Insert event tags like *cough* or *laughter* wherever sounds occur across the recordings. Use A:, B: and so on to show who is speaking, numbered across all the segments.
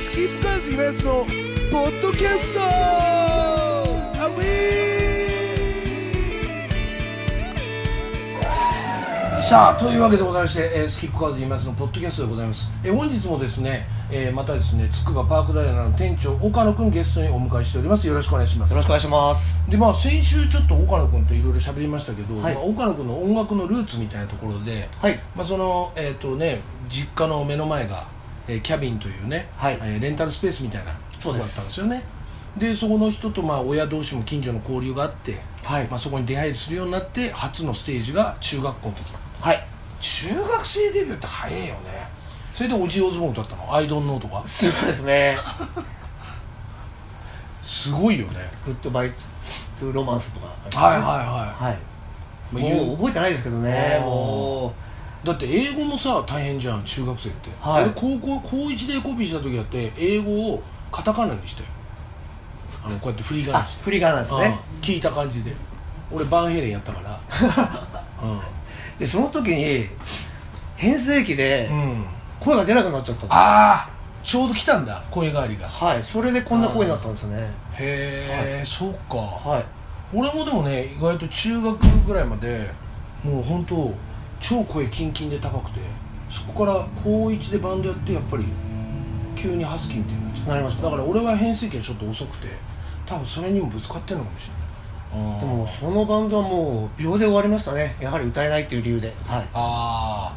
A: スキップカーズイベントのポッドキャストアウィー
B: さあというわけでございまして、えースキップカーズ今津のポッドキャストでございます、えー本日もですね、えーまたですねつくばパークダイナの店長岡野くんゲストにお迎えしておりますよろしくお願いします
C: よろしくお願いします。
B: でまあ先週ちょっと岡野くんといろいろ喋りましたけど、
C: はい
B: まあ岡野くんの音楽のルーツみたいなところで、
C: はい。
B: まあそのえっ、とね実家の目の前が、えーキャビンというね、
C: はい
B: えーレンタルスペースみたいなと
C: そ
B: こ
C: うで
B: だ
C: す
B: ったんですよねでそこの人とまあ親同士も近所の交流があって、
C: はい
B: まあ、そこに出入りするようになって初のステージが中学校の時
C: はい。
B: 中学生デビューって早いよねそれでオジーオズボーンだったの「アイドンノー」とか
C: そうですね。
B: すごいよね
C: グッドバイトゥーロマンスとか。
B: はいはい
C: は。
B: はいい、まあ
C: もう
B: 言う
C: 覚えてないですけどね
B: あ。ー
C: も
B: だって英語もさ大変じゃん中学生って、
C: はい
B: 俺高校高1でコピーした時だって英語をカタカナにしたよあのこうやって振り
C: う。
B: 仮
C: あ
B: 名して、
C: 振り仮名ですね。
B: うん聞いた感じで俺バンヘイレンやった *laughs* から
C: で、その時に、変声期で
B: うん、うん、
C: 声が出なくなっちゃった。
B: ああちょうど来たんだ声変わりが
C: はい。それでこんな声になったんですね。
B: へえ、そうか
C: はい。
B: 俺もでもね意外と中学ぐらいまでもう本当超声キンキンで高くてそこから高1でバンドやってやっぱり急にハスキーみたいになっちゃった
C: なりました
B: だから俺は変声期がちょっと遅くて多分それにもぶつかってんのかもしれない
C: でも、そのバンドはもう秒で終わりましたね。やはり歌えないっていう理由で。はい。
B: あ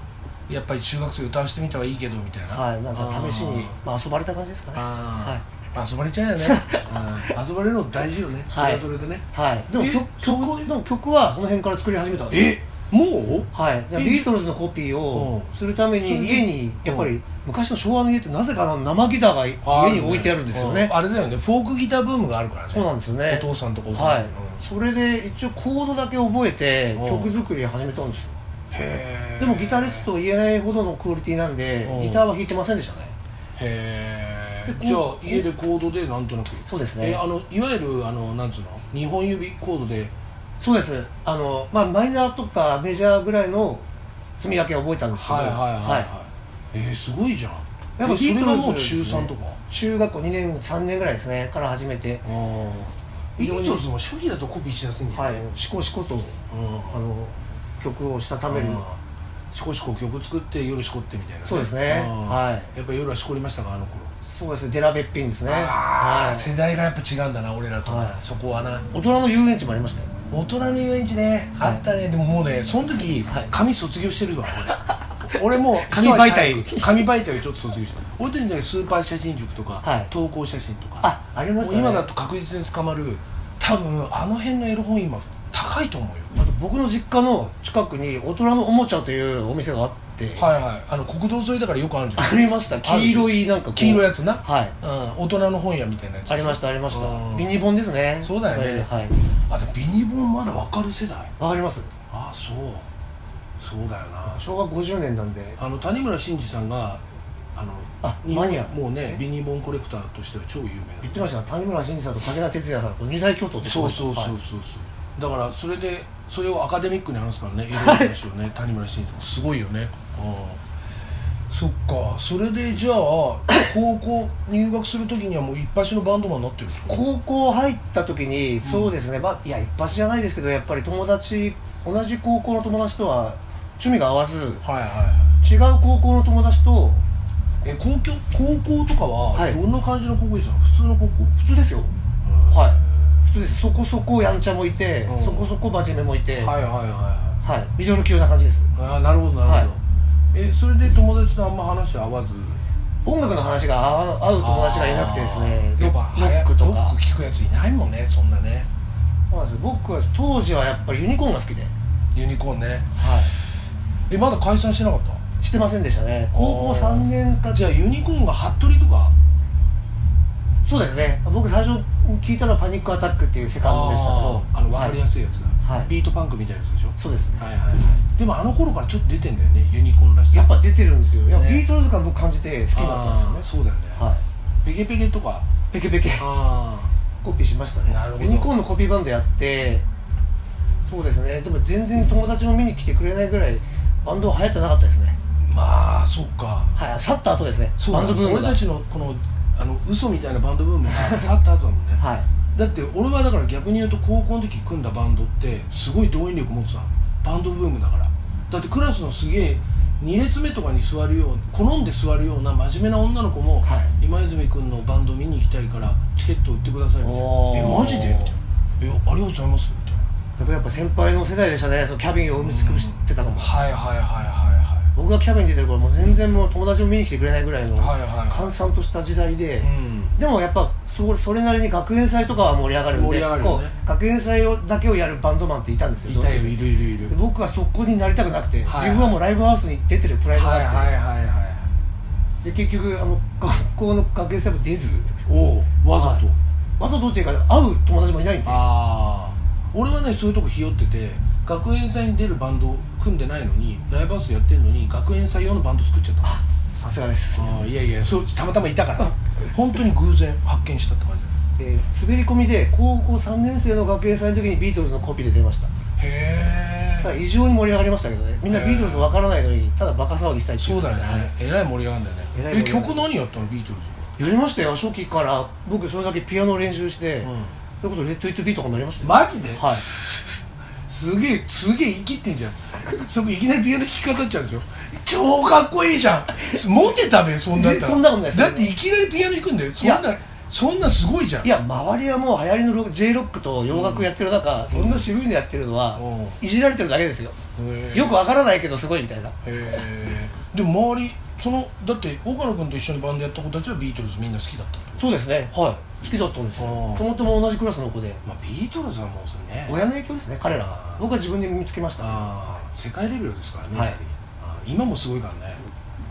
B: あやっぱり中学生歌わしてみたはいいけどみたいな
C: はい。なんか試しに、まあ遊ばれた感じですかね。
B: ああ、遊ばれちゃうよね、
C: *laughs*
B: うん、遊ばれるの大事よねそれはそれでね、
C: はい。でも
B: え
C: 曲曲
B: そう
C: をでも曲はその辺から作り始めたんですよ
B: えもう
C: はい、だから
B: え
C: ビートルズのコピーを
B: うん
C: するため
B: それ
C: に
B: で
C: 家にやっぱ
B: う
C: り昔の昭和の家ってなぜかあの生ギターが家に置いてあるんですよね
B: うあれだよねフォークギターブームがあるからね
C: そうなんですよね
B: お父さんとかお母
C: は
B: さん
C: い
B: とか、
C: それで一応コードだけ覚えて
B: うん
C: 曲作り始めたんですよ
B: へえ
C: でもギタリストと言えないほどのクオリティなんで
B: うん
C: ギターは弾いてませんでしたね
B: へえじゃあ家でコードでなんとなく
C: そうです
B: え
C: ね
B: あのいわゆるあのなんつうの日本指コードで
C: そうですあの、まあ、マイナーとかメジャーぐらいの積み分けを覚えたんですけど
B: はいはいはいはい、えー、すごいじゃん
C: やっぱ
B: えそれがもう
C: ビートルズ
B: 中
C: ですね
B: 3とか
C: 中学校2年3年ぐらいですねから始めて
B: ビートルズも初期だとコピーしやすいんだ
C: は
B: よ
C: い
B: ね、
C: しこしこと
B: うん
C: あの曲をしたため
B: 食べ
C: る
B: るしこしこ曲作って夜しこってみたいなね、
C: そうですね
B: ん
C: は
B: やっぱ夜はしこりましたかあの頃
C: そうですねデラべっぴんですね
B: あ
C: は
B: ー
C: い
B: 世代がやっぱ違うんだな俺らと、
C: はい
B: そこはな
C: 大人の遊園地もありましたよ
B: 大人の遊園地ね、
C: はい
B: あったねでももうねその時、
C: はい
B: 紙卒業してるわ
C: *laughs*
B: 俺俺もう
C: 紙媒体
B: 一足早く紙媒体をちょっと卒業した俺たちの時はスーパー写真塾とか、
C: はい
B: 投稿写真とか
C: あありましたね
B: もう今だと確実に捕まる多分あの辺のエロ本今高いと思うよ
C: あと僕の実家の近くに大人のおもちゃというお店があって、
B: はいはいあの国道沿いだからよくあるんじゃん
C: ありました黄色いなんかこう
B: 黄色いやつな、
C: はい
B: うん、大人の本屋みたいなやつ
C: ありましたありまし
B: う
C: た
B: ん
C: ビニ本ですね
B: そうだよね
C: はいはい
B: あでもビニボンまだ分かる世代
C: わかります
B: ああそうそうだよな
C: 昭和50年なんで
B: あの谷村新司さんがあの
C: あ
B: 日本
C: マニア
B: もうねビニボンコレクターとしては超有名
C: 言ってました谷村新司さんと武田鉄矢さんこれ二大巨頭って
B: な
C: 言
B: そ
C: っ
B: う
C: てました
B: そうそう
C: は
B: そ
C: いう
B: そう、だからそれでそれをアカデミックに話すからねいろんな話をね谷村新司とかすごいよねうんそっかそれでじゃあ高校入学する時にはもう一発のバンドマンになってるんですか
C: 高校入った時にそうですね、まあいや一発じゃないですけどやっぱり友達同じ高校の友達とは趣味が合わず
B: はいはいはい
C: 違う高校の友達と
B: え高校高校とか
C: は
B: はいどんな感じの高校でしたの、普通の高校
C: 普通ですよ
B: は
C: はい普通ですそこそこやんちゃもいて、
B: うん
C: そこそこ真面目もいて、
B: い
C: は
B: は
C: い
B: いはいは
C: ミドル級な感じです
B: いああなるほどなるほど、
C: はい
B: えそれで友達とあんま話合わず
C: 音楽の話が合う合う友達がいなくてですね
B: あー
C: ロ
B: やっぱ
C: ッロッ
B: 早く
C: クと
B: ロッ
C: か
B: ク聞くやついないもんねそんなね
C: そうなんです僕は当時はやっぱりユニコーンが好きで、は
B: ユニコーンねえまだ解散してなかっ
C: い、してませんでしたね高校
B: あー
C: 3年か
B: たじゃあユニコーンが服部とか
C: そうですね僕最初聞いたのはパニックアタックっていうセカンドでしたけど
B: あーあの分かりや
C: は
B: すいやつだ、
C: はい
B: ビートパンクみたいなやつでしょ
C: いそうですね、
B: はいはいはいでもあの頃からちょっと出てんだよねユニコーンらしさ
C: やっぱ出てるんですよ、やっぱ
B: ね
C: ビートルズ感僕感じて好きだったん
B: あー
C: ですよね
B: そうだよね、
C: は
B: ペケペケとか
C: いペケペケ
B: ああ
C: コピーしましたね
B: なるほど
C: ユニコーンのコピーバンドやってそうですねでも全然友達も見に来てくれないぐらいバンドは流行ってなかったですね
B: まあそうか
C: はい去った後ですね
B: そう
C: バ
B: だ
C: ンドブーム
B: 俺
C: が
B: たちのこのあの嘘みたいなバンドブームが去った後だもんね
C: はい
B: だって俺はだから逆に言うと高校の時組んだバンドってすごい動員力持ってたのバンドブームだからだってクラスのすげえ2列目とかに座るよう好んで座るような真面目な女の子も、
C: は
B: 今泉君のバンド見に行きたいからチケット売ってくださいみたいな
C: お
B: 「え
C: ー
B: マジで?」みたいな「えありがとうございます」みたいな
C: でもやっぱ先輩の世代でしたねそのキャビンを埋め尽くしてたのも
B: はいはいはいはいはい
C: 僕がキャビンに出てる頃もう全然もう友達も見に来てくれないぐらいの
B: はいはいはい
C: 閑散とした時代で、
B: うん
C: でもやっぱそそれなりに学園祭とかは盛り上がるんで
B: 盛り上がるよね
C: こう学園祭をだけをやるバンドマンっていたんです
B: い
C: よ
B: たよ
C: 同級生
B: いるいるいる
C: で僕はそこになりたくなくて、
B: はい
C: 自分はもうライブハウスに出てるプライドがあ
B: は
C: っ
B: い
C: て、
B: はいはいはい
C: で結局あの学校の学園祭も出ず
B: おおわざと、
C: はいわざとっていうか会う友達もいないんで
B: ああ俺はねそういうとこひよってて学園祭に出るバンド組んでないのにライブハウスやってるのに学園祭用のバンド作っちゃったあ
C: さすがです
B: あーいやいやそうたまたまいたから本当に偶然発見したって感じ
C: で滑り込みで高校3年生の学園祭の時にビートルズのコピーで出ました
B: へ
C: ただ
B: え
C: 異常に盛り上がりましたけどねみんな
B: へー
C: ビートルズわからないのにただバカ騒ぎしたいってい
B: そうだよねえらい盛り上がるんだ
C: えら
B: よ
C: い
B: ねえ
C: 盛り上がる
B: 曲何やったのビートル
C: やりましたよ初期から僕それだけピアノを練習して、
B: ズは、
C: それこそ「レッド・イット・ビー」とかもやりましたよ
B: マジで
C: はい
B: すげえすげえ生きってんじゃんそこいきなりピアノ弾き語っちゃうんですよ超かっこいいじゃんモテたべそんだったら
C: そんなことないです
B: だっていきなりピアノ弾くんだよそん
C: い
B: なそんなすごいじゃん
C: いや周りはもう流行りのロ J ロックと洋楽やってる中、そんな渋いのやってるのは、
B: う
C: いじられてるだけですよ、
B: へえ
C: よくわからないけどすごいみたいな
B: へえでも周りそのだって岡野君と一緒にバンドやった子たちはビートルズみんな好きだったってこ
C: そうですねはい好きだったんですよ
B: うん
C: ともとも同じクラスの子で
B: とまあビートルズはもうそれね
C: 親の影響ですね彼らは
B: うん
C: 僕は自分で見つけましたね
B: ああ世界レベルですからね、
C: はい
B: やはりあー今もすごいからね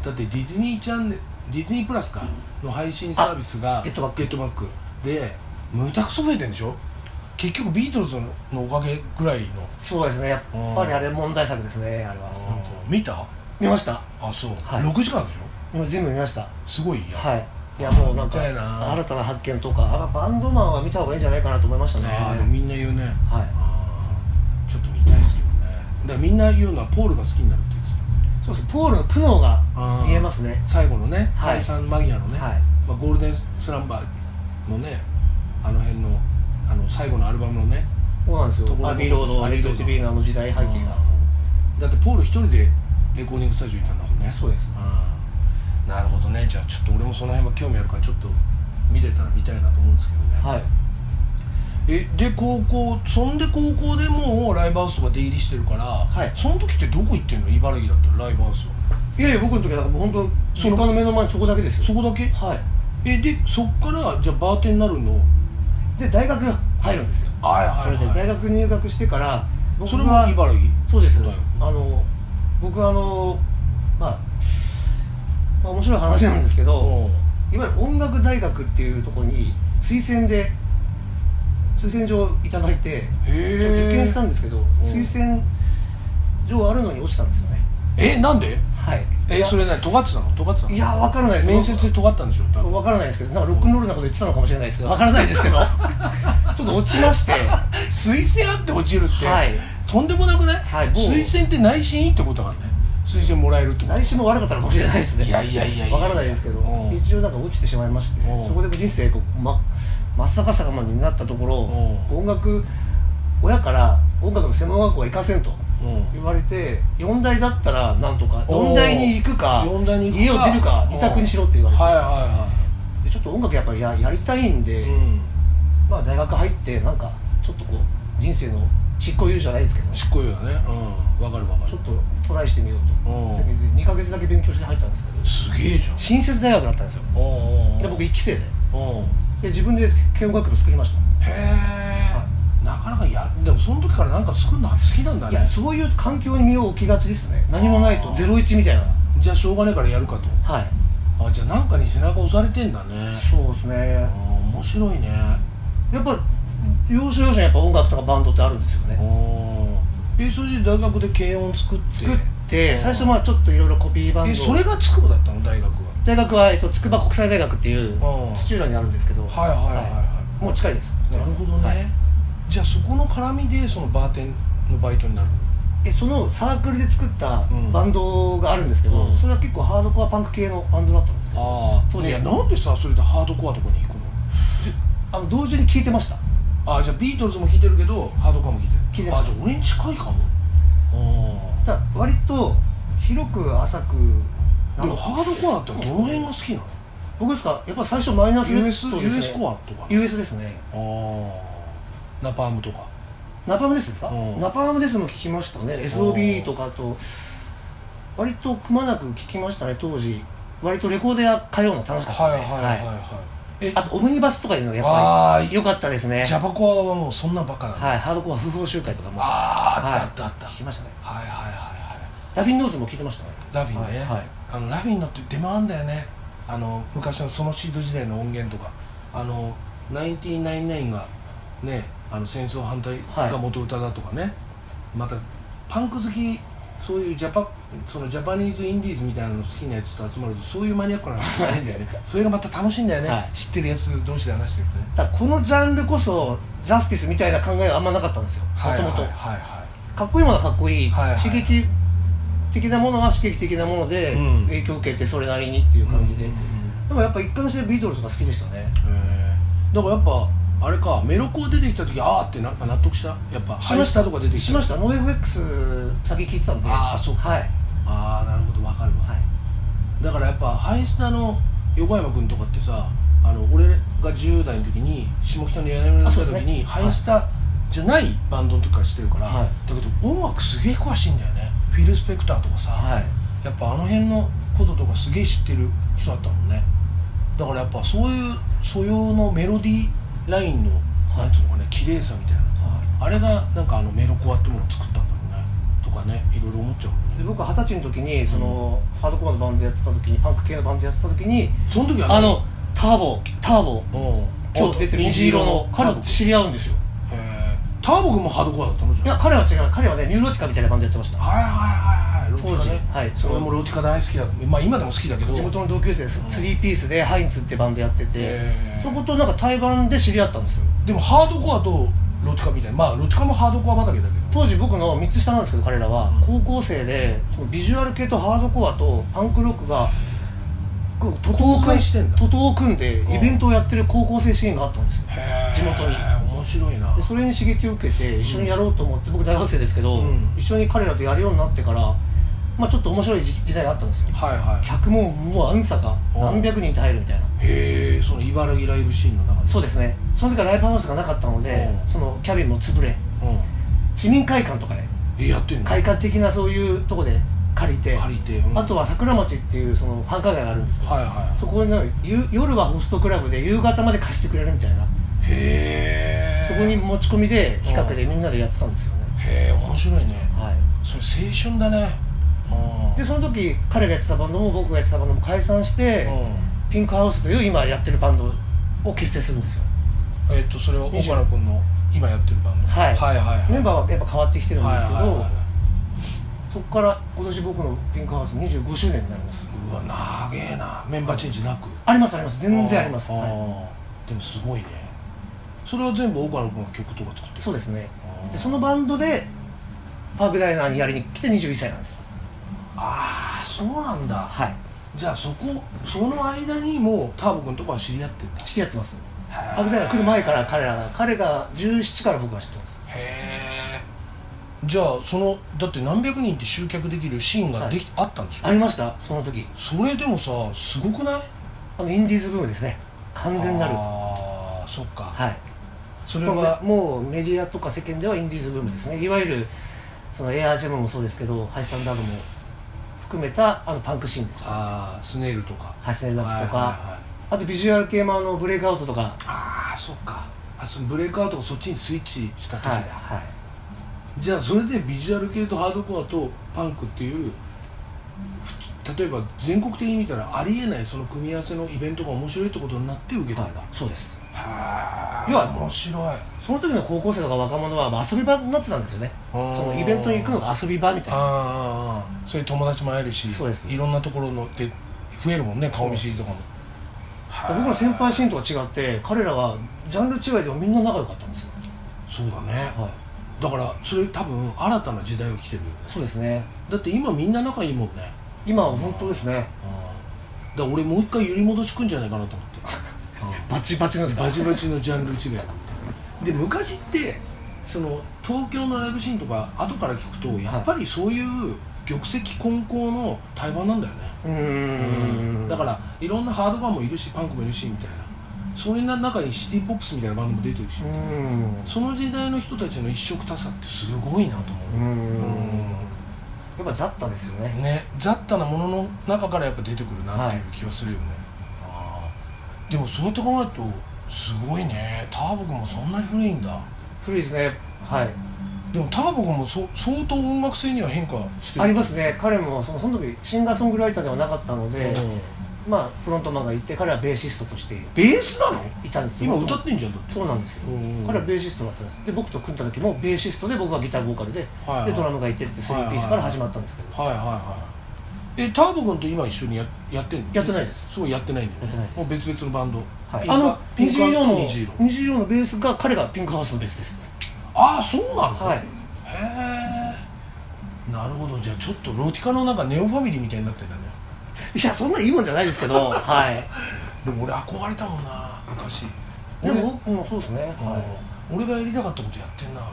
B: だってディズニーチャンネルディズニープラスかの配信サービスが
C: あゲットバック
B: ゲットバックでむたくそ増えてんでしょ結局ビートルズのおかげぐらいの
C: そうですねやっぱりあれ問題作ですねあれは本当
B: 見た
C: 見ました
B: あそう、
C: はい
B: 6時間でし
C: もう全部見ました
B: ょすごいや、
C: はいいやもうなんか
B: 見たいな
C: 新たな発見とかあバンドマンは見た方がいいんじゃないかなと思いましたね
B: ああでもみんな言うね
C: はい
B: あーちょっと見たいですけどねだからみんな言うのはポールが好きになるって言って
C: そうですポールの苦悩が
B: あー
C: 見えますね
B: た最後のね
C: はい
B: 解散間際のね、
C: はい
B: まあ、ゴールデンスランバーのねあの辺のあの最後のアルバムのね
C: そうなんです
B: ところが
C: よアビーロード
B: アビ
C: レ
B: ー
C: ッ
B: ロー
C: ド
B: ド
C: TV のあの時代背景が
B: うんだってポール一人でレコーディングスタジオいたんだもんね
C: そうです
B: うんなるほどねじゃあちょっと俺もその辺は興味あるからちょっと見れたら見たいなと思うんですけどね、
C: はい
B: えで高校そんで高校でもうライブハウスとか出入りしてるから、
C: い
B: その時ってどこ行ってんの茨城だったらライブハウスはい
C: やいや僕の時はだからもう本当実家の目の前にそこだけです
B: そ
C: よ
B: こだけ
C: はい
B: えでそっからじゃあバーテンになるの
C: で大学入るんですよ
B: はい
C: それで大学入学してから僕
B: それも
C: は
B: 茨城
C: そうです
B: だよ
C: あの僕はあのまあまあ面白い話なんですけど
B: うん
C: いわゆる音楽大学っていうところに推薦で推薦状いただいてちょっと受
B: へ
C: 験し
B: え
C: たんですけど推薦状あるのに落ちたんですよね
B: えなんで
C: はいい
B: え
C: や
B: それ何尖ってたの尖ってたの
C: いやわからないです
B: 面接で尖ったんでしょ多分
C: わからないですけどなんかロックンロールなこと言ってたのかもしれないですけどわからないです
B: *laughs*
C: けどちょっと落ちましては
B: 推薦あって落ちるって、
C: い
B: とんでもなくない、
C: はいもう
B: 推薦って内心いいってことだからね推薦もらえるってこと
C: 来週も悪かったのかもしれないですね
B: いやいやいやいや
C: わからないですけど
B: うん
C: 一応なんか落ちてしまいまして
B: うん
C: そこで人生こう、ま、真っ逆さまになったところ
B: うん
C: 音楽親から音楽の専門学校は行かせんと
B: うん
C: 言われて四大だったらなんとか
B: うん
C: 四大に行くか
B: 四大に行くか
C: 家を出るか二択にしろって言われて
B: はいは
C: でちょっと音楽やっぱりややりたいん
B: い
C: で
B: はい、うん、
C: まあ、大学入ってなんかちょっとこう人生の執行猶予じゃないですけどち
B: 執行猶予だねうんわかるわか
C: ょ
B: る
C: っとトライしてみようと
B: うん
C: 2ヶ月だけ勉強して入ったんですけど
B: すげえじゃん
C: 新設大学だったんですよ
B: うんうん
C: で僕1期生で
B: うん
C: で自分で軽音楽部作りまし
B: へえなかなかやでもその時からなんか作るの好きなん
C: た
B: だ
C: いや
B: ね
C: そういう環境に身を置きがちですね何もないと01みたいな
B: じゃあしょうがねえからやるかと
C: はい
B: あじゃあなんかに背中押されてんだね
C: そうです
B: あ
C: ね
B: ー面白いね
C: やっぱ要所要所にやっぱ音楽とかバンドってあるんですよね
B: おえそれで大学で軽音作って
C: 作って
B: うん
C: 最初まあちょっといろいろコピーバン
B: え
C: ド
B: それが筑波だったの大学は
C: 大学は、えっと、筑波国際大学っていう
B: うん
C: 土浦にあるんですけど
B: はいはいはいはい
C: もう近いです
B: なるほどね、
C: はい
B: じゃあそこの絡みでそのバーテンのバイトになる
C: えそのサークルで作った
B: うん
C: バンドがあるんですけど、
B: うん
C: それは結構ハードコアパンク系のバンドだったんですよ
B: あ
C: 当
B: あ
C: 時
B: いやなんでさそれでハードコアとかに行くの
C: あの同時に聞いてました
B: ああじゃあビートルズも聴いてるけどハードコアも聴いてる
C: 聴いてました
B: あじゃあ俺に近いかもあ
C: だから割と広く浅く
B: あ
C: な
B: で
C: ん
B: も
C: か
B: ハードコアだったらどの辺が好きなの
C: 僕ですかやっぱ最初マイナスネッ
B: US,
C: トですね
B: US コアとか
C: US ですね
B: ああナパームとか
C: ナパームですですか、
B: うん
C: ナパームですも聞きましたね SOB とかと割とくまなく聞きましたね当時割とレコード屋通うの楽しかった
B: はいはい
C: です
B: は
C: ね
B: いはいはいえ
C: あとオムニバスとかいうのやっ
B: あ
C: ぱ
B: ー
C: り良かったですね
B: ジャパコアはもうそんなバカなの、
C: はい、ハードコア不法集会とかもはい
B: あああったあったあった、
C: 聞きましたね
B: はい、はいはいはい
C: ラビンノーズも聞いてましたね
B: ラビンね、
C: はいはい
B: あのラビンのって出回んだよねあの昔のそのシード時代の音源とかあの1999がねあの戦争反対
C: はい
B: が元歌だとかね、またパンク好きそういうジャパそのジャパニーズインディーズみたいなの好きなやつと集まるとそういうマニアックな話しないんだよね *laughs* それがまた楽しいんだよね、
C: はい
B: 知ってるやつ同士で話してるとね
C: だからこのジャンルこそジャスティスみたいな考えはあんまなかったんですよも
B: はい
C: と
B: はい
C: もと
B: はいは
C: かっこいいものはかっこいい、
B: はいはい
C: 刺激的なものは刺激的なもので、
B: うん
C: 影響を受けてそれなりにっていう
B: い
C: 感じで、
B: うんうんうん
C: でもやっぱ一貫してビートルズが好きでした
B: へ
C: ね
B: ーだからやっぱあれかメロコー出てきた時ああってなんか納得したやっぱ
C: し
B: ハ
C: ました
B: イスターとか出てきた
C: しましたノー FX 先聞いてたんであ
B: あーそうか
C: はい、
B: ああなるほどわかるわ、
C: はい、
B: だからやっぱハイスタの横山君とかってさあの俺が10代の時に下北の柳村
C: あ
B: さ
C: そ
B: ん
C: う
B: の
C: です
B: 時
C: ね
B: に、ハイスタじゃないバンドの時から知ってるから、
C: はい
B: だけど音楽すげえ詳しいんだよねフィル・スペクターとかさ、
C: はい
B: やっぱあの辺のこととかすげえ知ってる人だったもんねだからやっぱそういう素養のメロディーラインの、
C: はい
B: なんつうのかね綺麗さみたいな
C: は
B: あれがなんかあのメロコアってものを作ったんだろうねとかねいろいろ思っちゃうもんね
C: い、で僕は二十歳の時にその、ハードコアのバンドやってた時にパンク系のバンドやってた時に
B: その時はね
C: あのターボターボ
B: うん
C: 今日出てる虹色の彼と知り合うんですよ
B: へーターボ君もハードコアだったのじゃん
C: いや彼は違う彼はねニューロチカみたいなバンドやってました
B: はいはいはいはいロティカね
C: 当時はい
B: それもロティカ大好きだまあ今でも好きだけど
C: 地元の同級生です
B: うん
C: スリーピースでハインツってバンドやってて
B: へー
C: そことなんか対バンで知り合ったんですよ
B: でもハードコアとロティカみたいなまあロティカもハードコア畑だけど
C: 当時僕の3つ下なんですけど彼らは
B: うん
C: 高校生でそのビジュアル系とハードコアとパンクロックがこう徒
B: 交換してんだ
C: 徒党を組んで
B: うん
C: イベントをやってる高校生シーンがあったんですよ
B: へー
C: 地元に
B: 面白いな
C: でそれに刺激を受けて一緒にやろうと思って僕大学生ですけど
B: うん
C: 一緒に彼らとやるようになってからまあちょっと面白い時時代があったんですよ
B: はいはい
C: 客ももうあんさか
B: うん
C: 何百人って入るみたい
B: へ
C: な
B: えその茨城ライブシーンの中で
C: そうですねその時はライブハウスがなかったので
B: うん
C: そのキャビンも潰れ
B: うん
C: 市民会館とかね
B: えやってんの
C: 会館的なそういうとこで借りて
B: 借りてうん
C: あとは桜町っていうその繁華街があるんですよ
B: はいは
C: そこにねゆ夜はホストクラブで夕方まで貸してくれるみたいない
B: へえ
C: そこに持ち込みで企画で
B: う
C: みんなでやってたんですよね
B: へえ面白いね
C: はい
B: それ青春だねうん
C: でその時彼がやってたバンドも僕がやってたバンドも解散して
B: うん
C: ピンクハウスという今やってるバンドを結成するんですよ
B: えっとそれは岡野君の今やってるバンド
C: はい
B: はいはいはい
C: メンバーはやっぱ変わってきてるんですけ
B: はいはいはい
C: ど
B: はい
C: そこから今年僕のピンクハウス25周年になります
B: うわ長えなメンバーチェンジなく
C: ありますあります全然あります、
B: あー
C: は
B: でもすごいねそれは全部岡野君が曲とか作って
C: い、
B: る
C: そうですね
B: あー
C: でそのバンドでパークダイナーにやりに来て21歳なんですよ
B: ああそうなんだ
C: はい
B: じゃあそこその間にもうターボ君とかは知り合ってんだ
C: 知ってやってます
B: へ
C: パークダイナー来る前から彼らが彼が17から僕は知ってます
B: へえじゃあそのだって何百人って集客できるシーンができ、あったんでしょ
C: ありましたその時
B: それでもさすごくない
C: あのインディーズブームですね完全なるは
B: ああそっか、
C: い
B: そ
C: こ
B: れ
C: れ
B: は
C: はもうメディアとか世間ではインディーズブームですねいわゆるそのエアージャムもそうですけどハイスタンダードも含めたあのパンクシーンですよ
B: ああスネイルとか
C: ハイスネルダックとか、
B: はいはいはい
C: あとビジュアル系もあのブレイクアウトとか
B: ああそっかあそのブレイクアウトがそっちにスイッチした時だ、
C: はいはい
B: じゃあそれでビジュアル系とハードコアとパンクっていうふ例えば全国的に見たらありえないその組み合わせのイベントが面白いってことになって受けたんだ、
C: はいそうです
B: はあ
C: 要は
B: 面白い
C: その時の高校生とか若者はまあ遊び場になってたんですよね
B: あ
C: そ
B: ー
C: のイベントに行くのが遊び場みたいな
B: あーあーあーそういう友達も会えるし
C: そうです
B: いろんなところので増えるもんね顔見知りとかもはあ
C: 僕の先輩シーンとは違って彼らはジャンル違いでもみんな仲良かったんですよ
B: そうだね、
C: はい
B: だからそれ多分新たな時代が来てるよね
C: そうですね
B: だって今みんな仲いいもんね
C: 今は本当ですね
B: だから俺もう一回揺り戻しくんじゃないかなと思って
C: バチバチなんですか
B: バチバチのジャンル違いで昔ってその東京のライブシーンとか後から聞くとやっぱりそういう玉石混交の対バンなんだよね、
C: うーん
B: だからいろんなハードバーもいるしパンクもいるしみたいなそういう中にシティ・ポップスみたいなバンドも出てるし、
C: うーん
B: その時代の人たちの一色多さってすごいなと
C: うー
B: 思う、
C: んやっぱ雑多ですよね
B: ね雑多なものの中からやっぱ出てくるなっていう
C: は
B: 気はするよね、あーでもそうやって考えるとすごいねターボ君もそんなに古いんだ
C: 古いですねはい
B: でもターボ君もそ相当音楽性には変化してる
C: ありますね彼もそのその時シンガーソングライターではなかったの
B: う
C: で、
B: ん
C: まあフロントマンがいて彼はベーシストとして
B: ベースなの
C: いたんですよ
B: 今歌ってんじゃんだって
C: そうなんですよ
B: うん
C: 彼はベーシストだったんですで僕と組んだ時もベーシストで僕はギターボーカルで,、
B: はいはい
C: でドラムがいてってスリーピースから始まったんですけど、
B: はいはいはいえターボ君と今一緒にややってんの
C: やってないです
B: そうやってないんだよね
C: やってないです
B: もう別々のバンド、
C: はい
B: ピンク
C: あの
B: ピンクハウスと
C: 虹
B: 虹
C: 色
B: 色
C: の虹色のベースが彼がピンクハウスのベースです
B: ああそうなの、
C: はい
B: へえなるほどじゃあちょっとロティカのなんかネオファミリーみたいになってんだね
C: いやそんないいもんじゃないです *laughs* けどはい
B: でも俺憧れたもんな昔
C: で
B: 俺
C: も僕もそうですね、はい
B: うん俺がやりたかったことやってんなは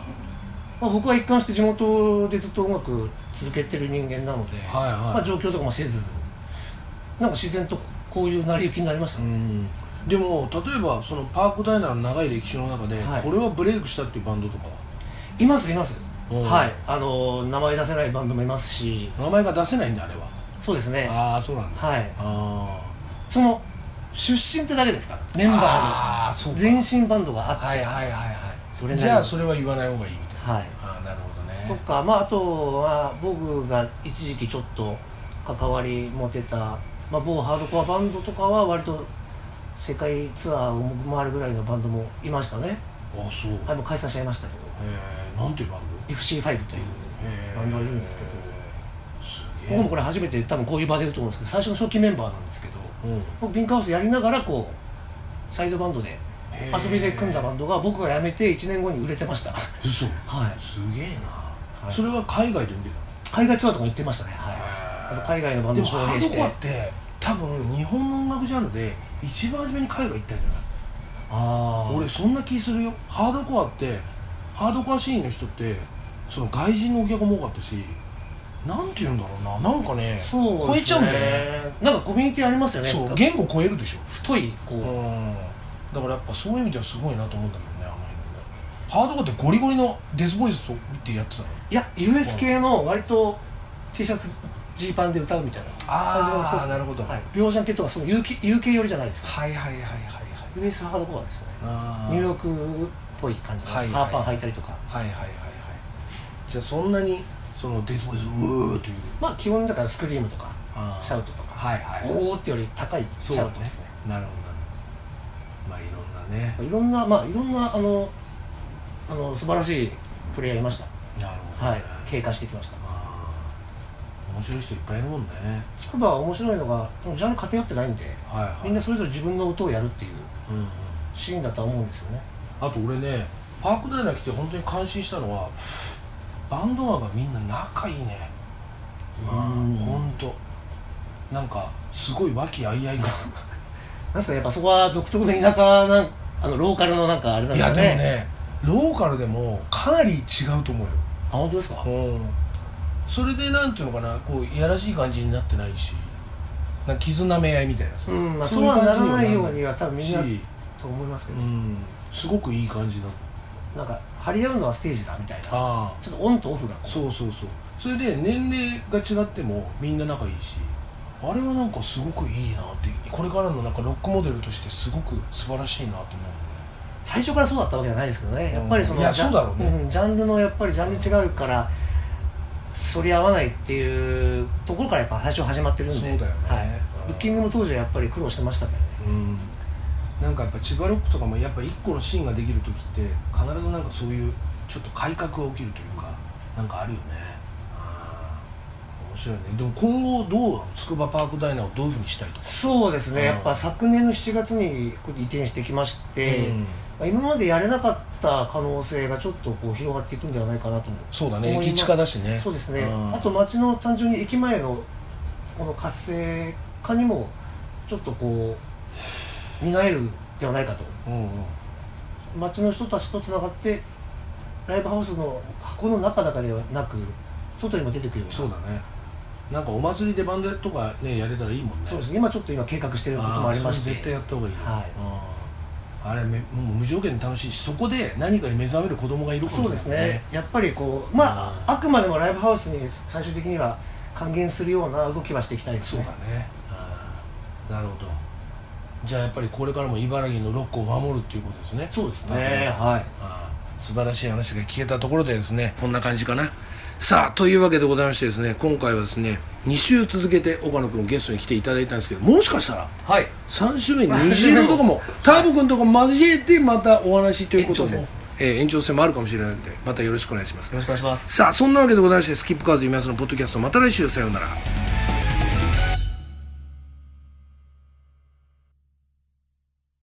C: まあ、僕は一貫して地元でずっと音楽続けてる人間なので、
B: はいはい
C: まあ、上京とかもせずなんか自然とこういう成り行きになりました
B: う
C: ね、
B: んでも例えばそのパークダイナーの長い歴史の中で、
C: はい
B: これはブレイクしたっていうバンドとかはい
C: ますいます、
B: うん
C: はいあの名前出せないバンドもいますし
B: 名前が出せないんだあれは
C: そうですね
B: ああそうなんだ
C: はい
B: あ
C: その出身ってだけですからメン
B: あ
C: バ
B: ーそ
C: ー
B: う
C: の
B: か
C: 全身バンドがあ
B: あ
C: って、
B: はいはいはいはい
C: それなりに
B: じゃあそれは言わない方がいいみたいな
C: はい
B: ああなるほど
C: と
B: ね
C: か、まあ、あとは僕が一時期ちょっと関わり持てた、まあ、某ハードコアバンドとかは割と世界ツアーを回るぐらいのバンドもいましたね、
B: あそうへ
C: はい、もう解散しちゃいましたけど
B: えなんていうバンド
C: FC5 という
B: へー
C: バンドがいるんですけど
B: すげえ
C: 僕もこれ初めて多分こういう場でやると思うんですけど最初の初期メンバーなんですけど
B: うん
C: 僕ピンクハウスやりながらこうサイドバンドで
B: へー
C: 遊びで組んだバンドが僕が辞めて1年後に売れてました
B: 嘘
C: はい
B: すげえな、
C: はい
B: それは海外で受けたの
C: 海外ツアーとかも行ってましたねはいあと海外のバンド
B: で
C: も
B: も
C: 招
B: ハ
C: 聘
B: ード
C: して
B: コアって多分日本の音楽ジャンルで一番初めに海外行ったんじゃない
C: ああ
B: 俺そんな気するよハードコアってハードコアシーンの人ってその外人のお客も多かったしなんて言うんだろうななんかね
C: そうですね
B: 超えちゃうんだよね
C: なんかコミュニティありますよね
B: そう言語超えるでしょ
C: 太いこう、
B: うんだからやっぱそういう意味ではすごいなと思うんだけどねあの辺ねハードコアってゴリゴリのデスボイスを見てやってたの
C: いや US 系の割と T シャツジーパンで歌うみたいな感じのそうです
B: なるほど
C: はい、病ジャン系とかその UK, UK 寄りじゃないですか
B: はいはいはいはいはい
C: US ハードコアですよね
B: あ
C: ニューヨークっぽい感じの
B: は
C: ハ
B: い
C: ーパン履いたりとか
B: はいはいはいはいじゃあそんなにそのデスボイスうーという
C: まあ基本だからスクリームとか
B: あー
C: シャウトとか、
B: はいはいはい
C: おおってより高いシ
B: そうだ
C: ャウ
B: ね
C: トですね
B: なるほどなるほどまあいろんなね
C: いろんなまあいろんなあのあの素晴らしいプレイヤーいました
B: なるほど、ね
C: はい経過してきました
B: あー面白い人いっぱいいるもんね
C: スクバは面白いのがジャンル偏ってないんで
B: はいはい
C: みんなそれぞれ自分の音をやるっていう
B: うんうん
C: シーンだとは思うんですよね
B: あと俺ねパークダイナー来て本当に感心したのはバンドマンがみんな仲いいね
C: うん
B: 本当なんかすごい和気あい
C: *laughs*
B: あい感
C: なんですかやっぱそこは独特の田舎なんあのローカルのなんかあれなん
B: い
C: です
B: や
C: か
B: で
C: ね
B: もねローカルでもかなり違うと思うよ
C: あ本当ですか、
B: うんそれでなんていうのかなこういやらしい感じになってないしなんか絆め合いみたいなさ
C: うんまあ、
B: そ
C: そうう
B: いう
C: はな
B: 感じに
C: ら
B: は
C: ないようには多分みん
B: し
C: なと思いますけ
B: う
C: ど、
B: んすごくいい感じだ
C: なんか張り合うのはステージだみたいな
B: あ
C: ちょっとオンとオフがこう
B: そうそうそうそれで年齢が違ってもみんな仲いいしあれはなんかすごくいいなってこれからのなんかロックモデルとしてすごく素晴らしいなと思
C: 最初からそうだったわけじゃないですけどねやっぱりその
B: いや
C: ジャン
B: そうだろうね
C: んジャンルのやっぱりジャンル違うから反り合わないっていうところからやっぱ最初始まってるんで
B: そうだよね
C: はい
B: うん、
C: ブッキングも当時はやっぱり苦労してましたけどね
B: うねうんなんかやっぱ千葉ロックとかもやっぱ一個のシーンができる時って必ずなんかそういうちょっと改革が起きるというかなんかあるよねあー面白いねでも今後どうつくばパークダイナーをどういうふうにしたいとか
C: そうです
B: うん
C: ねやっぱ昨年の7月にこう移転してきまして、
B: うん
C: まあ今までやれなかった可能性がちょっとこう広がっていくんではないかなと思う
B: そうだ
C: 思
B: ね
C: います
B: 駅地下だしね
C: そうですね
B: ん
C: あと街の単純に駅前のこの活性化にもちょっとこう担えるではないかと
B: うんうん
C: 町の人たちとつながってライブハウスの箱の中だけではなく外にも出てくるような
B: そうだねなんかお祭りでバンドとかねやれたらいいもんね
C: そうですね今ちょっと今計画してること
B: あ
C: も
B: あ
C: ありまし
B: そ
C: て
B: れ絶対やった方がいいよ、
C: はい
B: あああれめもう無条件に楽しいしそこで何かに目覚める子供がいるか
C: そう
B: も
C: です
B: しれない
C: ねやっぱりこうまああくまでもライブハウスに最終的には還元するような動きはしていきたいです
B: そうだ
C: ね
B: ねああなるほどじゃあやっぱりこれからも茨城のロックを守るっていうことですね
C: そうですねはい
B: ああ素晴らしい話が聞けたところでですねこんな感じかなさあというわけでございましてですね今回はですね2週続けて岡野君ゲストに来ていただいたんですけどもしかしたら
D: はい
B: 3種類虹色と
D: *laughs*
B: かもターボ君とか交えてまたお話ということも
D: 延長戦
B: えー延長戦もあるかもしれないのでまたよろしくお願いします
D: よろしくお願いします
B: さあそんなわけでございましてスキップカーズ今安のポッドキャストまた来週さようなら